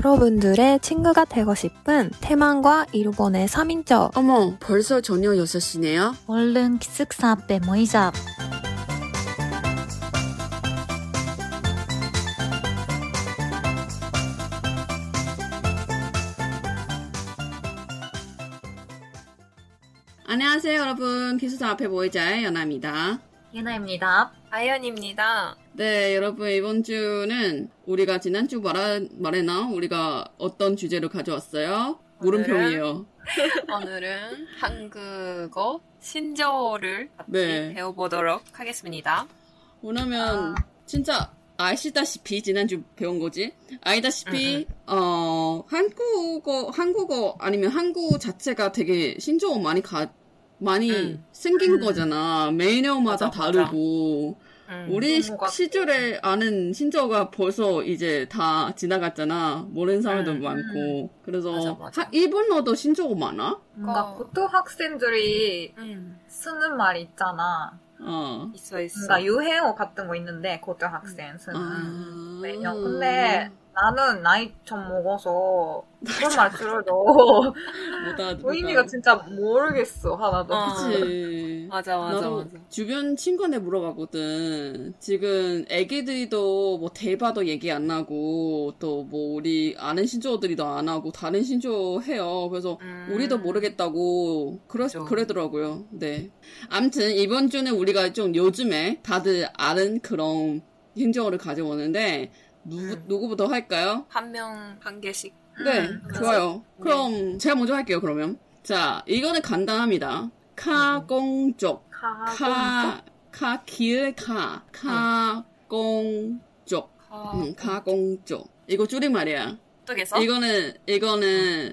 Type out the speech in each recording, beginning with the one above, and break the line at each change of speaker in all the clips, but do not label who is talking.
여러분들의 친구가 되고 싶은 태만과 일본의 3인조
어머, 벌써 저녁 6시네요?
얼른 기숙사 앞에 모이자.
안녕하세요, 여러분. 기숙사 앞에 모이자의 연아입니다.
예나입니다.
아연입니다.
네, 여러분, 이번 주는 우리가 지난주 말하, 말했나? 우리가 어떤 주제로 가져왔어요? 물음표예요.
네. 오늘은 한국어 신조어를 같이
네.
배워보도록 하겠습니다.
왜냐면,
아.
진짜, 아시다시피, 지난주 배운 거지? 아시다시피, 어, 한국어, 한국어, 아니면 한국 자체가 되게 신조어 많이 가, 많이
응.
생긴
응.
거잖아. 매니어마다
맞아, 맞아.
다르고.
음.
우리
친구가-
시절에 아는 신조어가 벌써 이제 다 지나갔잖아. 모르는 사람도
음,
많고. 그래서
맞아, 맞아.
하- 일본어도 신조어 많아?
뭔가
어.
고등학생들이
음,
그러니까 쓰는 말이 있잖아.
어.
있어 있어.
뭔가 유행어 같은 거 있는데 고등학생 쓰는.
아.
음.
왜요? 근데
아.
나는 나이 좀 먹어서 그런 말 들어도
뭐다, 뭐다.
의미가 진짜 모르겠어 하나도.
어.
그치.
맞아 맞아
나도
맞아.
주변 친구한테 물어봤거든. 지금 애기들이도 뭐 대바도 얘기 안 하고 또 뭐 우리 아는 신조어들이도 안 하고 다른 신조어 해요. 그래서
음.
우리도 모르겠다고 그러,
그죠.
그러더라고요. 네. 암튼 이번 주는 우리가 좀 요즘에 다들 아는 그런 행정어를 가져오는데 누구
음.
누구부터 할까요?
한 명 한 개씩.
네,
음,
좋아요. 네. 그럼 제가 먼저 할게요. 그러면 자 이거는 간단합니다. 음. 카공족 카 카키르카 어. 카공족
아,
음, 카공족 이거 줄임말이야.
어떻게서?
이거는 이거는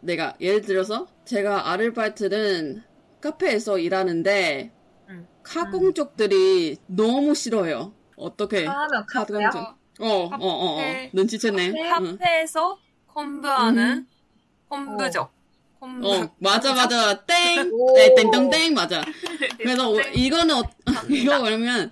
내가 예를 들어서 제가 아르바이트는 카페에서 일하는데
음.
카공족들이 너무 싫어요. 어떻게?
하면
카공족.
아, 카페요?
어, 어, 어, 어.
카페.
눈치챘네. 응.
카페에서
음.
콤부하는 콤부족. 콤부.
어, 맞아, 맞아. 땡!
오.
네, 땡땡땡, 맞아. 그래서 오-
땡.
이거는, 어, 이거 뭐냐면,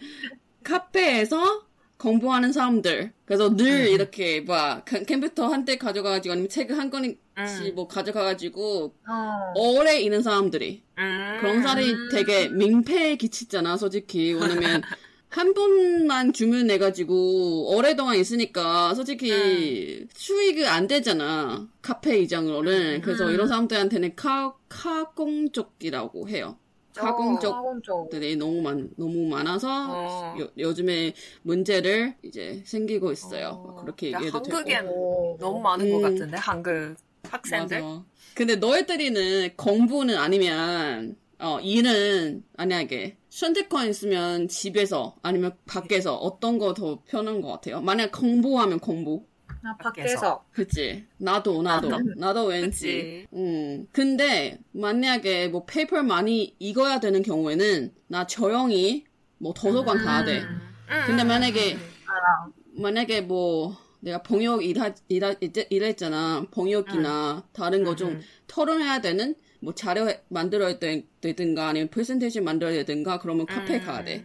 카페에서 공부하는 사람들. 그래서 늘
음.
이렇게 막, 컴- 컴퓨터 한 대 가져가가지고, 아니면 책 한 권씩
음.
뭐 가져가가지고,
어.
오래 있는 사람들이
음.
그런 사람이
음.
되게 민폐에 끼치잖아 솔직히 왜냐면 한 번만 주문해가지고 오랫동안 있으니까 솔직히
음.
수익이 안 되잖아 카페 이장으로는 그래서
음.
이런 사람들한테는 카 카공족이라고 해요
어.
카공족들이
카공족.
너무 많 너무 많아서
어.
요, 요즘에 문제를 이제 생기고 있어요
어.
그렇게
그러니까
얘기해도 되고
한국엔
오.
너무 많은
음.
것 같은데 한국 학생들.
맞아. 근데 너희들이는 공부는 아니면 어, 일은 만약에 선택권 있으면 집에서 아니면 밖에서 어떤 거 더 편한 것 같아요? 만약 공부하면 공부.
아, 밖에서.
그치? 나도 나도
아, 나도.
나도 왠지.
그치.
음. 근데 만약에 뭐 페이퍼 많이 읽어야 되는 경우에는 나 조용히 뭐 도서관 가야 돼.
음.
근데 만약에
음.
만약에 뭐 내가 봉역 일하, 일하, 이제 일했잖아. 봉역이나 다른 거 좀
음.
토론해야 되는 뭐 자료 만들어야 되- 되든가 아니면 프레젠테이션 만들어야 되든가 그러면 카페 에
음.
가야 돼.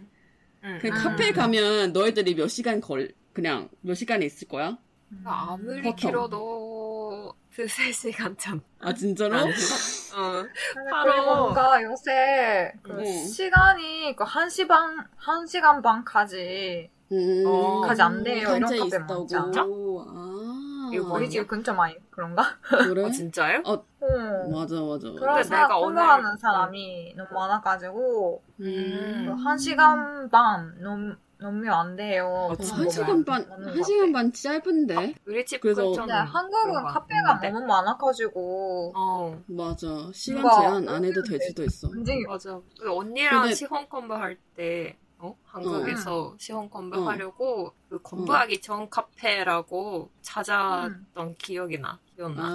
음.
그
음.
카페 에 가면 너희들이 몇 시간 걸 그냥 몇 시간에 있을 거야?
음.
아무리
보통.
길어도 두세 시간 참.
아 진짜로?
안 어.
근데
바로-
그리고 뭔가 요새 그
음.
시간이 그 1시 반, 1시간 반까지
음,
어,
가지 안 돼요, 이런
단체
카페
있다고.
많지 않아?
아,
이거
우리
뭐냐?
집 근처 많이 그런가?
그래?
어, 진짜요? 음.
응.
맞아 맞아.
그런
근데
사람
내가 오늘- 어.
공부하는 사람이 너무 많아가지고
음.
그 1시간 반 넘, 넘으면 안 돼요.
어,
그런
한 시간 반,
먹는
한
것
시간
같아.
반 짧은데?
우리 집
그래서-
근처는
근데 네, 한국은
그런 거
카페가
같은데.
너무 많아가지고
어
맞아. 시간
뭔가
제한 안 해도 될 수도 있어.
굉장히
맞아. 그 언니랑
근데-
시험 공부할 때 어? 한국에서 시험 공부하려고 그 공부하기 전 카페라고 아,
음,
찾았던 기억이 나. 기억나.
아.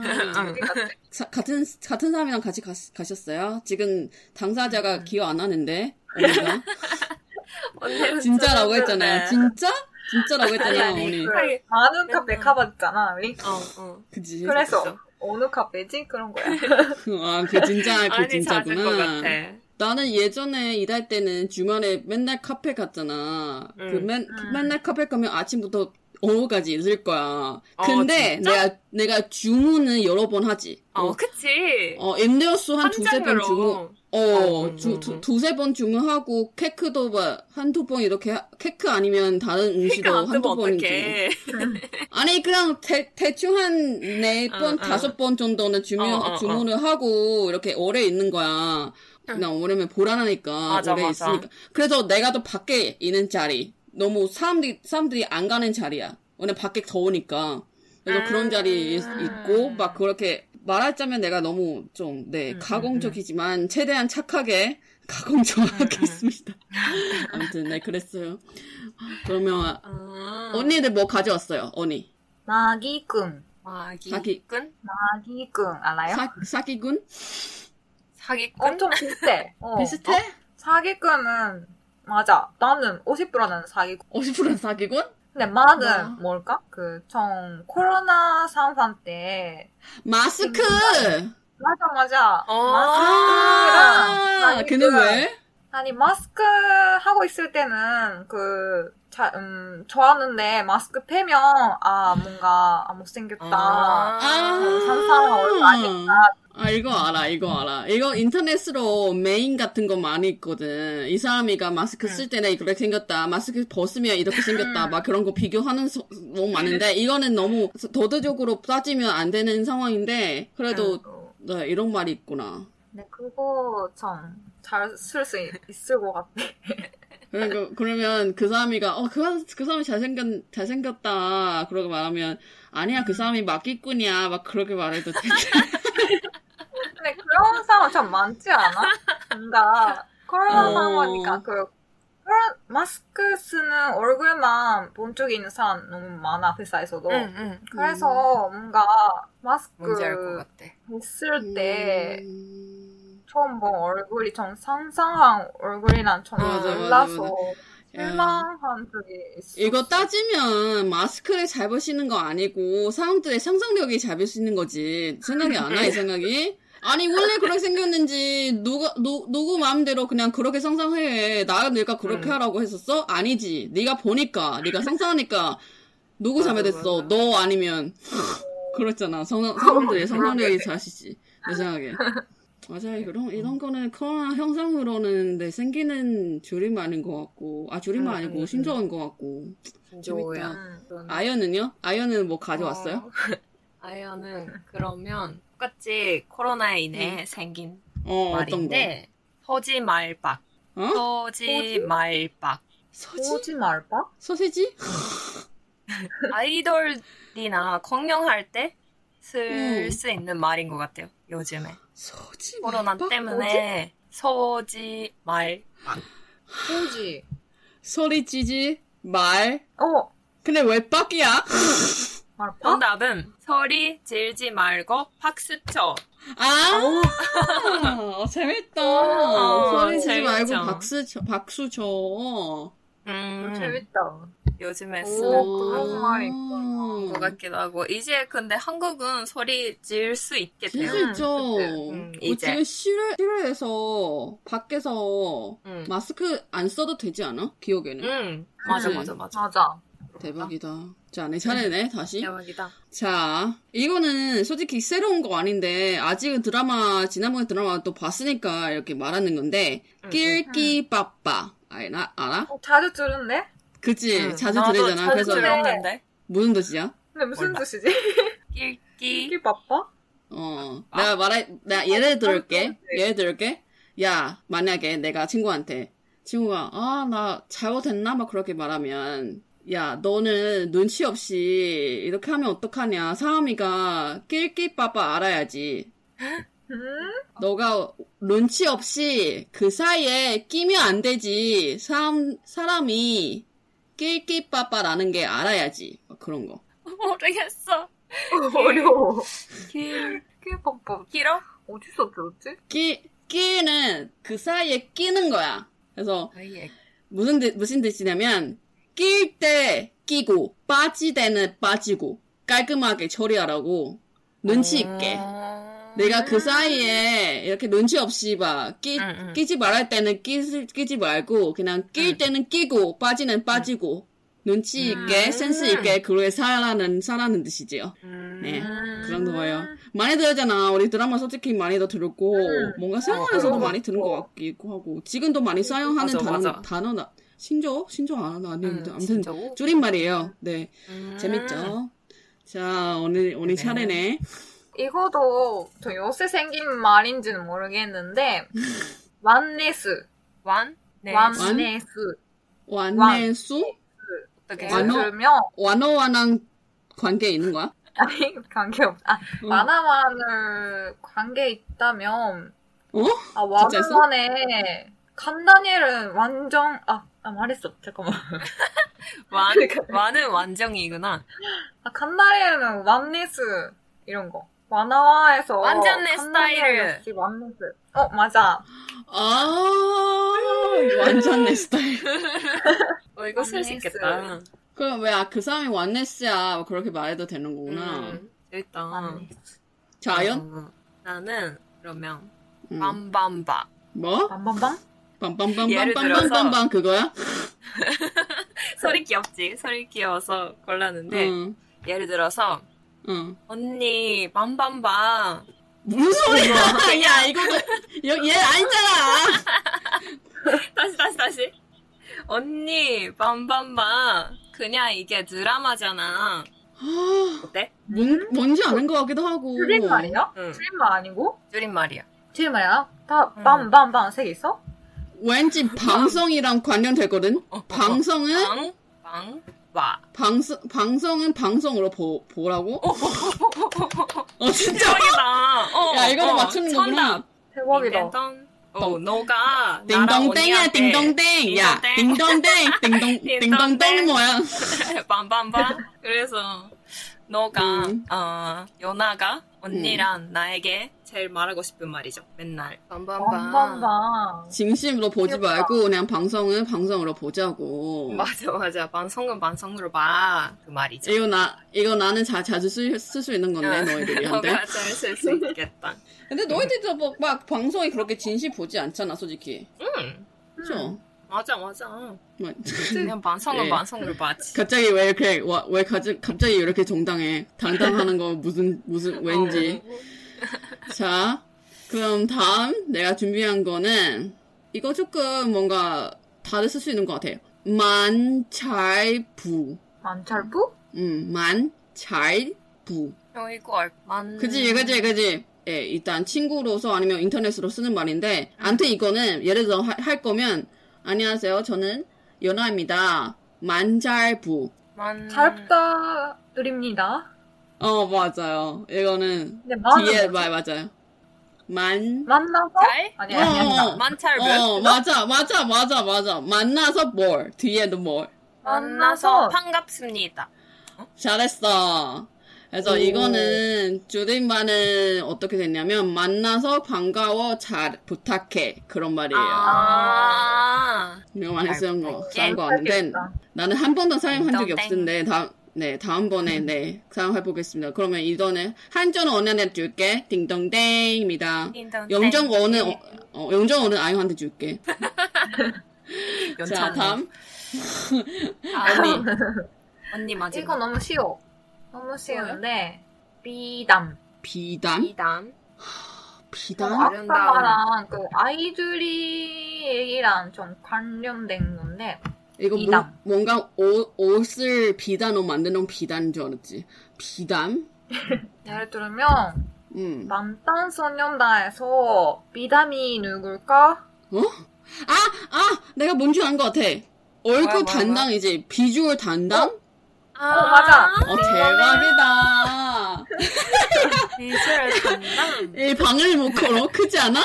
응.
우리 같아.
사- 같은 같은 사람이랑 같이 가, 셨어요 지금 당사자가
음.
기억 안 하는데 언니가
언니는
진짜라고
찾았는데.
했잖아요. 진짜? 진짜라고 했잖아요,
네. 아니,
언니.
그
아니,
많은 카페
맨날-
가봤잖아, 우리.
어, 어.
그지?
그래서
그쵸.
어느 카페지? 그런 거야.
아, 그 진짜 그
아니 찾은 것
진짜구나.
같아.
나는 예전에 일할 때는 주말에 맨날 카페 갔잖아. 그
음.
맨,
음.
맨날 카페 가면 아침부터 언어까지 있을 거야.
어,
근데
진짜?
내가 내가 주문은 여러 번 하지.
어, 그치.
어, 엠데어스 한 두세 번 주문,
어,
어,
음,
두,
음, 음.
두, 두세 번 주문하고, 케크도 막, 한두 번 이렇게, 하- 케크 아니면 다른 음식도
그러니까 안 뜨면
한두 번이지.
어떡해.
아니, 그냥 대, 대충 한 네
어,
번,
어.
다섯 번 정도는 주문,
어, 어, 어.
주문을 하고, 이렇게 오래 있는 거야. 그냥 오래면 보라나니까,
맞아,
오래
맞아.
있으니까. 그래서 내가 또 밖에 있는 자리, 너무 사람들이, 사람들이 안 가는 자리야. 왜냐 밖에 더우니까. 그래서
아.
그런 자리 있- 있고, 막 그렇게, 말하자면 내가 너무 좀, 네,
음,
가공적이지만, 최대한 착하게, 가공정하겠습니다.
음,
아무튼, 네, 그랬어요. 그러면,
아,
언니들 뭐 가져왔어요, 언니?
마기끔.
마기.
자기-
사기꾼?
마기끔. 알아요?
사, 사기군?
사기꾼?
엄청 비슷해. 어.
비슷해?
어? 사기꾼은, 맞아. 나는 50%는 사기꾼.
50% 사기군?
근데 마는
아.
와.
뭘까? 그, 정, 코로나 상황 때,
마스크!
맞아, 맞아.
어.
마스크랑
아,
사기꾼.
걔는 왜?
아니, 마스크 하고 있을 때는, 그, 자, 음, 좋았는데, 마스크 패면, 아, 뭔가, 아, 못생겼다.
아.
아,
상상을 얼마 하니까.
아, 이거 알아, 이거 알아. 이거 인터넷으로 메인 같은 거 많이 있거든. 이 사람이가 마스크 쓸 때는 이렇게 생겼다. 마스크 벗으면 이렇게 생겼다.
음.
막 그런 거 비교하는 소- 너무 많은데, 이거는 너무 도덕적으로 따지면 안 되는 상황인데, 그래도, 네, 이런 말이 있구나.
근데 어. 네, 그거 참, 잘 쓸 수 있을 것 같아.
그러니까, 그러면 그 사람이가, 어, 그, 그 사람이 잘생겼, 잘생겼다. 그러고 말하면, 아니야, 그 사람이 막기꾼이야. 막 그렇게 말해도 되게.
근데 그런 상황 참 많지 않아? 뭔가, 코로나
어.
상황이니까, 그, 코로나- 마스크 쓰는 얼굴만 본 적이 있는 사람 너무 많아, 회사에서도.
응, 그 응.
그래서 뭔가,
음. 뭔지 알 것
마스크
같아.
했을 때,
음.
처음 본 얼굴이 좀 상상한 얼굴이랑 좀
맞아, 맞아,
달라서
맞아.
실망한 적이 있어.
이거 따지면 마스크를 잘 벗이는 거 아니고 사람들의 상상력이 잘 벗이는 거지 생각이 안 나 이 생각이 아니 원래 그렇게 생겼는지 누가 누, 누구 마음대로 그냥 그렇게 상상해 나 내가 그렇게
음.
하라고 했었어 아니지 네가 보니까 네가 상상하니까 누구
맞아,
잘못했어
맞아.
너 아니면 그렇잖아 성, 사람들의 상상력이 잘시지 내 생각에 맞아요. 이런, 이런 거는 코로나 현상으로는 내 생기는 줄임말인 것 같고, 아, 줄임말
음,
아니고,
음,
신조어인 것 같고.
진조야.
음.
아연은요? 아연은 뭐 가져왔어요?
아이언은 그러면 똑같이 코로나에 인해 생긴
어, 어떤 거?
말인데 서지 말박.
어?
서지 말박.
소지?
뭐
보지 말바?
소세지?
아이돌이나 공연할 때 쓸
음.
수 있는 말인 것 같아요. 요즘에
소지? 뭐
코로나
말박?
때문에 서지 말.
보지.
소리 찌지? 말?
어,
근데 왜 빡이야? 어?
어?
말바?
정답은 서리 질지 말고 박수쳐.
아! 어, 재밌다.
어,
소리 찌지
재밌죠.
말고 박수 쳐. 박수 쳐.
음,
어,
재밌다.
요즘에
오.
쓰는
그런 말이 있구나.
것 같기도 하고 이제 근데 한국은 소리 지을 수 있게 돼요.
진짜 있죠.
음,
어,
이제.
지금 실외, 실외에서 밖에서
음.
마스크 안 써도 되지 않아? 기억에는.
음, 맞아
음.
맞아 맞아.
맞아.
대박이다. 자, 내 차례네, 다시.
대박이다.
자, 이거는 솔직히 새로운 거 아닌데, 아직은 드라마, 지난번에 드라마 또 봤으니까 이렇게 말하는 건데,
응,
낄끼 빠빠. 알아? 알아?
어, 자주 들은데?
그치?
응.
자주
음. 나도
들으잖아.
자주
그래서
들어.
들었는데
무슨 뜻이야?
근데 무슨
몰라.
뜻이지?
낄끼
이게 바빠?
어,
아. 네.
내가 말해, 나 예를 들을게.
깜짝
예를 들을게. 야, 만약에 내가 친구한테, 친구가, 아, 나 잘못했나? 막 그렇게 말하면, 야, 너는 눈치 없이 이렇게 하면 어떡하냐. 사람이가 낄낄빠빠 알아야지.
음?
너가 눈치 없이 그 사이에 끼면 안 되지. 사람, 사람이 낄낄빠빠라는 게 알아야지. 막 그런 거.
모르겠어.
어려워.
낄
이게 바빠.
길어?
어디서 들었지?
끼, 끼는 그 사이에 끼는 거야. 그래서,
아예
무슨 뜻, 무슨 뜻이냐면 낄 때 끼고 빠질 때는 빠지고 깔끔하게 처리하라고 눈치
음.
있게 내가 그 사이에 이렇게 눈치 없이 막 끼,
응, 응.
끼지 말할 때는 끼, 끼지 말고 그냥
응.
낄 때는 끼고 빠지는 빠지고 눈치 있게
음.
센스 있게 그로에 살라는 살라는 뜻이지요.
음.
네. 그런 거예요. 많이 들었잖아. 우리 드라마 솔직히 많이도 들었고
음.
뭔가 사용하면서도
어,
많이 들은 것 같기도 하고 지금도 많이 사용하는
맞아,
단어
맞아.
단어 나 신조 신조 안 하나 아닌데 아무튼
음, 진짜고?
줄임말이에요. 네
음.
재밌죠. 자 오늘 오늘
네.
차례네.
이거도 저 요새 생긴 말인지는 모르겠는데
음.
완네스
완? 네.
완네스
완내수
어떻게
예를
완호?
들면
완어와랑 관계 있는 거야?
아니 관계없 아
어.
만화만을 관계 있다면
어?
아
진짜 있어?
완만에 간다니엘은 완전 아, 아 말했어 잠깐만
완? 완은 완정이구나.
아 간다니엘은 완네스 이런 거 만화에서
완전 내
간다니엘
스타일.
역시 완네스 어 맞아
아 완전 내 스타일.
어, 이거 쓸 수
완네스.
음.
있겠다.
그럼 왜 아 그 사람이 완네스야 뭐 그렇게 말해도 되는 거구나.
음, 일단.
아.
완네스
자연?
어, 나는 그러면
음.
빰빰바.
뭐?
밤밤밤
예를 들어서.
빰빰빰빰빰빰빰 그거야?
소리 귀엽지? 소리 귀여워서 골랐는데
응.
예를 들어서
응.
언니 빰빰바.
무슨 소리야? 야 이거 얘 아니잖아.
다시 다시 다시. 언니 빰빰바. 그냥 이게 드라마잖아. 어때?
음?
뭔 뭔지 아는 것 같기도 하고.
줄임말이야?
음.
응.
줄임말 아니고?
줄임말이야.
줄임말이야? 다
음.
빰빰빰 세개 있어?
왠지 방성이랑 관련되거든.
어, 어, 어.
방성은
빵, 빵, 와.
방성 어, 방성은 방성으로 보 보라고? 어 진짜?
대박이다. 어,
야 이거는
어,
맞추는
천답.
거구나.
대박이다
띵동. 어, 너가 나랑
딩동댕이야
언니한테
딩동댕. 야 딩동댕 딩동 딩동댕 뭐야?
빰빰빰. 그래서 너가
음.
어, 연아가 언니랑 나에게 제일 말하고 싶은 말이죠. 맨날 빰빰빰.
빰빰빰
진심으로 보지
귀엽다.
말고 그냥 방성은 방성으로 보자고.
맞아 맞아. 반성은 반성으로 봐그 말이죠.
이거 나 이거 나는 자, 자주 쓸 수 있는 건데 너희들이한테.
너가 잘 쓸 수 있겠다.
근데 너희들도 막, 막 방송이 그렇게 진심 보지 않잖아 솔직히.
응.
그죠?
맞아 맞아.
뭐,
그냥 반성은
예.
반성으로 봐지.
갑자기 왜 이렇게 와- 왜 가지, 갑자기 이렇게 정당해 당당하는 거 무슨 무슨 왠지.
어,
자 그럼 다음 내가 준비한 거는 이거 조금 뭔가 다들 쓸 수 있는 것 같아요. 만잘부.
만철부?
음 만잘부.
어, 어, 이거 알만.
그지, 그지, 그지. 예, 일단 친구로서 아니면 인터넷으로 쓰는 말인데, 암튼 이거는 예를 들어 하- 할 거면, 안녕하세요. 저는 연아입니다. 만잘부.
만.
잘 부탁드립니다
어, 맞아요. 이거는
근데 만은
뒤에
뭐지?
말 맞아요. 만.
만나서?
잘?
아니
어,
아니 아니다
어.
만찰부.
어, 맞아, 맞아, 맞아, 맞아. 만나서 뭘. 뒤에도 뭘.
만나서
만나서
반갑습니다.
잘했어. 그래서
오.
이거는 줄임말은 어떻게 됐냐면, 만나서 반가워, 잘 부탁해. 그런 말이에요.
아.
이거 많이 쓰는 거,
잘
쓰는 거 아는데 나는 한 번도 사용한 적이
땡.
없는데 다음 네 다음번에 네 사용해 보겠습니다. 그러면 이번에 한자는 언니한테 줄게 딩동댕입니다.
띵동
영정어는 어, 어, 영정어는 아이한테 줄게. 자
연찬.
다음
아니. 언니 맞아.
이거 너무 쉬워 너무 쉬운데 비담
비담
이담.
비담
아름다운.
아빠랑 그 아이들이 얘기랑 좀 관련된 건데
이거 뭐,
비담.
뭔가 옷, 옷을 비단으로 만드는 비단인 줄 알았지. 비담
예를 들면
음.
만탄소년단에서 비담이 누굴까?
아, 아, 내가 뭔지 아는 것 같아. 얼굴
뭐야, 뭐야,
담당이지. 비주얼 담당?
아,
맞아.
어, 대박이다.
미술 어? 담당.
이 방을 못 걸어? 크지 않아?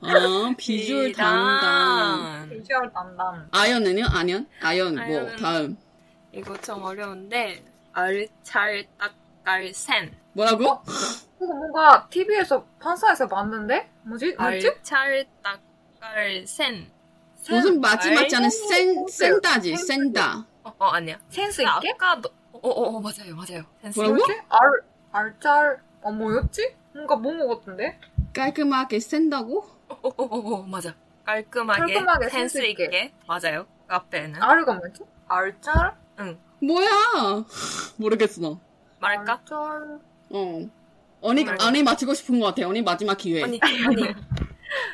아, 비주얼 담당.
비주얼 담당
아연은요? 아연? 아연, 뭐,
아연은-
다음.
이거 좀 어려운데. 알찰딱깔센.
뭐라고?
이거 뭔가 TV에서 판사에서 봤는데? 뭐지? 뭐지?
알찰딱깔센.
무슨 마지막 자는 센,
아이고,
센다지,
센-
센다.
어, 어 아니야.
센스
나
있게?
아까 너, 어, 어, 어, 맞아요, 맞아요. 센스.
뭐라고?
뭐지? 알, 알짤, 어, 뭐였지? 뭔가 뭐뭐 같은데?
깔끔하게 센다고?
어, 어, 어, 어, 어, 맞아. 깔끔하게,
깔끔하게
센스
센스
있게. 맞아요. 그 앞에는.
알가 뭐였지? 알짤?
뭐야? 모르겠어. 나.
말할까?
알짤.
어. 언니
정말.
언니 마치고 싶은 것 같아. 언니 마지막 기회.
언니, 언니.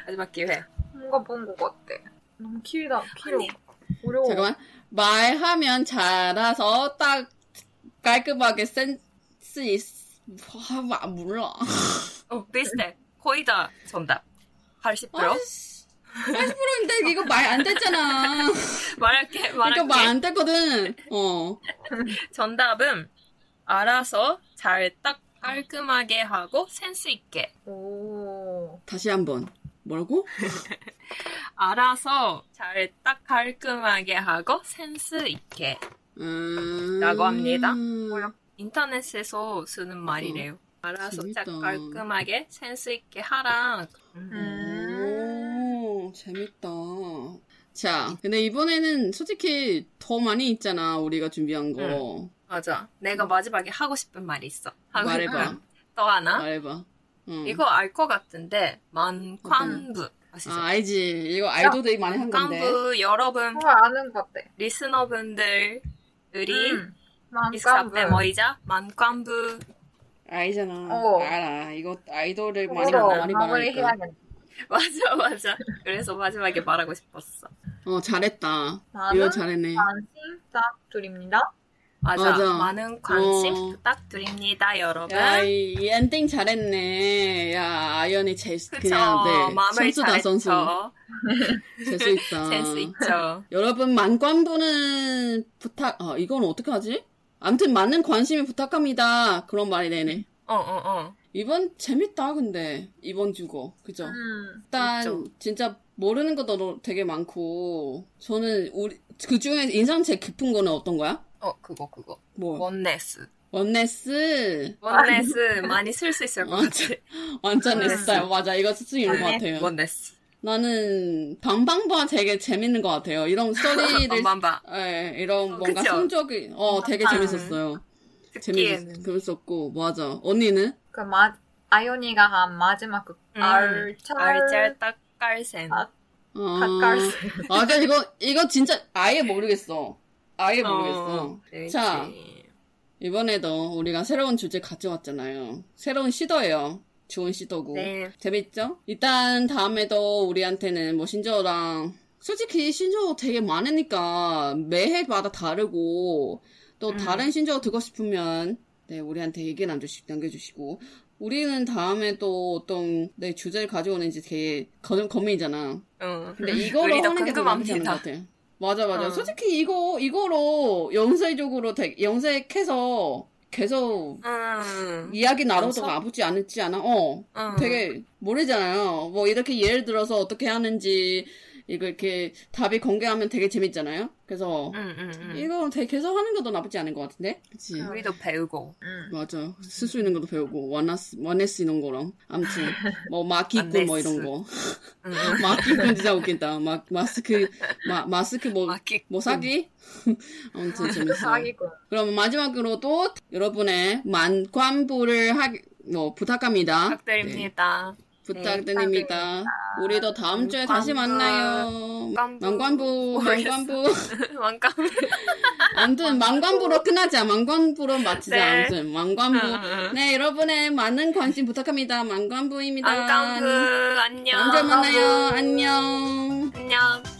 마지막 기회.
뭔가 본 것 같아. 너무 길다, 길어.
아니.
어려워.
잠깐만. 말하면 잘라서 딱 깔끔하게 센스 있. 와, 몰라.
어, 비슷해. 거의 다 정답.
어?
80%?
아이씨. 80%인데 이거 말 안 됐잖아.
말할게, 말할게.
이거 말 그러니까 뭐 안 됐거든. 어.
정답은 알아서 잘 딱 깔끔하게 하고 센스 있게.
오.
다시 한번. 뭐라고?
알아서 잘 딱 깔끔하게 하고 센스 있게.
음...
라고 합니다.
뭐야?
인터넷에서 쓰는 말이래요. 알아서
어, 재밌다.
딱 깔끔하게 센스 있게 하라. 음,
음. 오, 음. 재밌다. 자, 근데 이번에는 솔직히 더 많이 있잖아, 우리가 준비한 거.
맞아. 내가 마지막에 하고 싶은 말이 있어. 하고
음. 말해봐, 아,
싶은 또 하나.
말해봐. 응.
어? 이거 알 것 같은데 만관부 아시죠?
아, 알지. 이거 아이돌들이 많이 한 건데.
만관부 여러분
정말 아는 것 같아.
리스너분들 우리
음.
익스 앞에
만감부.
모이자 만관부
알잖아.
어.
알아. 이거 아이돌을 많이,
속으로
많이 말하니까.
어, 마무리해야겠네.
맞아 맞아. 그래서 마지막에 말하고 싶었어.
어, 잘했다. 이거
나는
잘했네.
관심 딱 드립니다.
맞아.
맞아.
많은 관심
어.
부탁드립니다 여러분.
야, 이, 이 엔딩 잘했네. 야, 아이언이 제,
그쵸.
그냥, 네.
마음을
선수다, 선수. 아.
잘했죠.
재수 있다.
센스 있죠.
여러분 만관부는 부탁 아 이건 어떻게 하지? 아무튼 많은 관심을 부탁합니다. 그런 말이 되네.
어어 어.
이번 재밌다 근데 이번 주거 그죠?
음.
일단
재밌죠.
진짜 모르는 것도 되게 많고 저는 우리 그 중에 인상 제일 깊은 거는 어떤 거야?
어 그거 그거.
뭐
원네스.
원네스
원네스 많이 쓸 수 있을 것 같아.
완전
원네스.
냈어요. 맞아 이거 스스로 인것
원네.
같아요.
원네스.
나는 방방부가 되게 재밌는 것 같아요. 이런 스토리를
만만봐.
예, 이런
어,
뭔가
그쵸?
성적이 어 되게
아.
재밌었어요. 재밌,
듣기에는.
재밌었고, 맞아. 언니는?
그 마, 아이오니가 한 마지막 그
음.
알짤.
알짤딱 깔센.
아,
아,
가까이.
아, 근데 이거, 이거 진짜 아예 모르겠어. 아예 모르겠어. 자. 이번에도 우리가 새로운 주제 가져왔잖아요. 새로운 시도예요. 좋은 시도고.
네.
재밌죠? 일단 다음에도 우리한테는 뭐 신조어랑 솔직히 신조어 되게 많으니까 매해마다 다르고 또
음.
다른 신조어 듣고 싶으면 네 우리한테 얘기 남겨주, 남겨주시고 우리는 다음에 또 어떤 네, 주제를 가져오는지 되게 거, 고민이잖아.
응.
근데 이거로
어. 음, 우리도
하는 게더 많지 않은
궁금합니다.
것 같아. 맞아 맞아.
어.
솔직히 이거 이거로 영세적으로 되게 영세해서 계속
응.
이야기 나눠도
음, 연습?
아프지 않지 않아? 어.
응.
되게 모르잖아요. 뭐 이렇게 예를 들어서 어떻게 하는지 이거 이렇게 답이 공개하면 되게 재밌잖아요. 그래서
응, 응, 응.
이거 되게 계속 하는 것도 나쁘지 않은 것 같은데. 음, 그치?
음.
우리도 배우고.
음.
맞아. 쓸 수 있는 것도 배우고 원나스 원네스 이런 거랑 아무튼 뭐 마키꾼 뭐 이런 거.
응.
마키꾼 진짜 웃긴다. 마 마스크 마 마스크 뭐 뭐
아, 막기.
사기? 아무튼 재밌어.
사기꾼.
그럼 마지막으로 또 여러분의 만관부를 하뭐 부탁합니다. 네,
부탁드립니다.
부탁드립니다. 우리도 다음 주에 다시
만관부.
만나요. 만관부,
만관부. 모르겠어.
만관부.
왕감.
아무튼 만관부로 끝나자. 만관부로 마치자.
네. 어.
아무튼 만관부.
응.
네, 여러분의 많은 관심 부탁합니다. 만관부입니다.
왕감부. 안녕.
언제 만나요? 안녕.
안녕.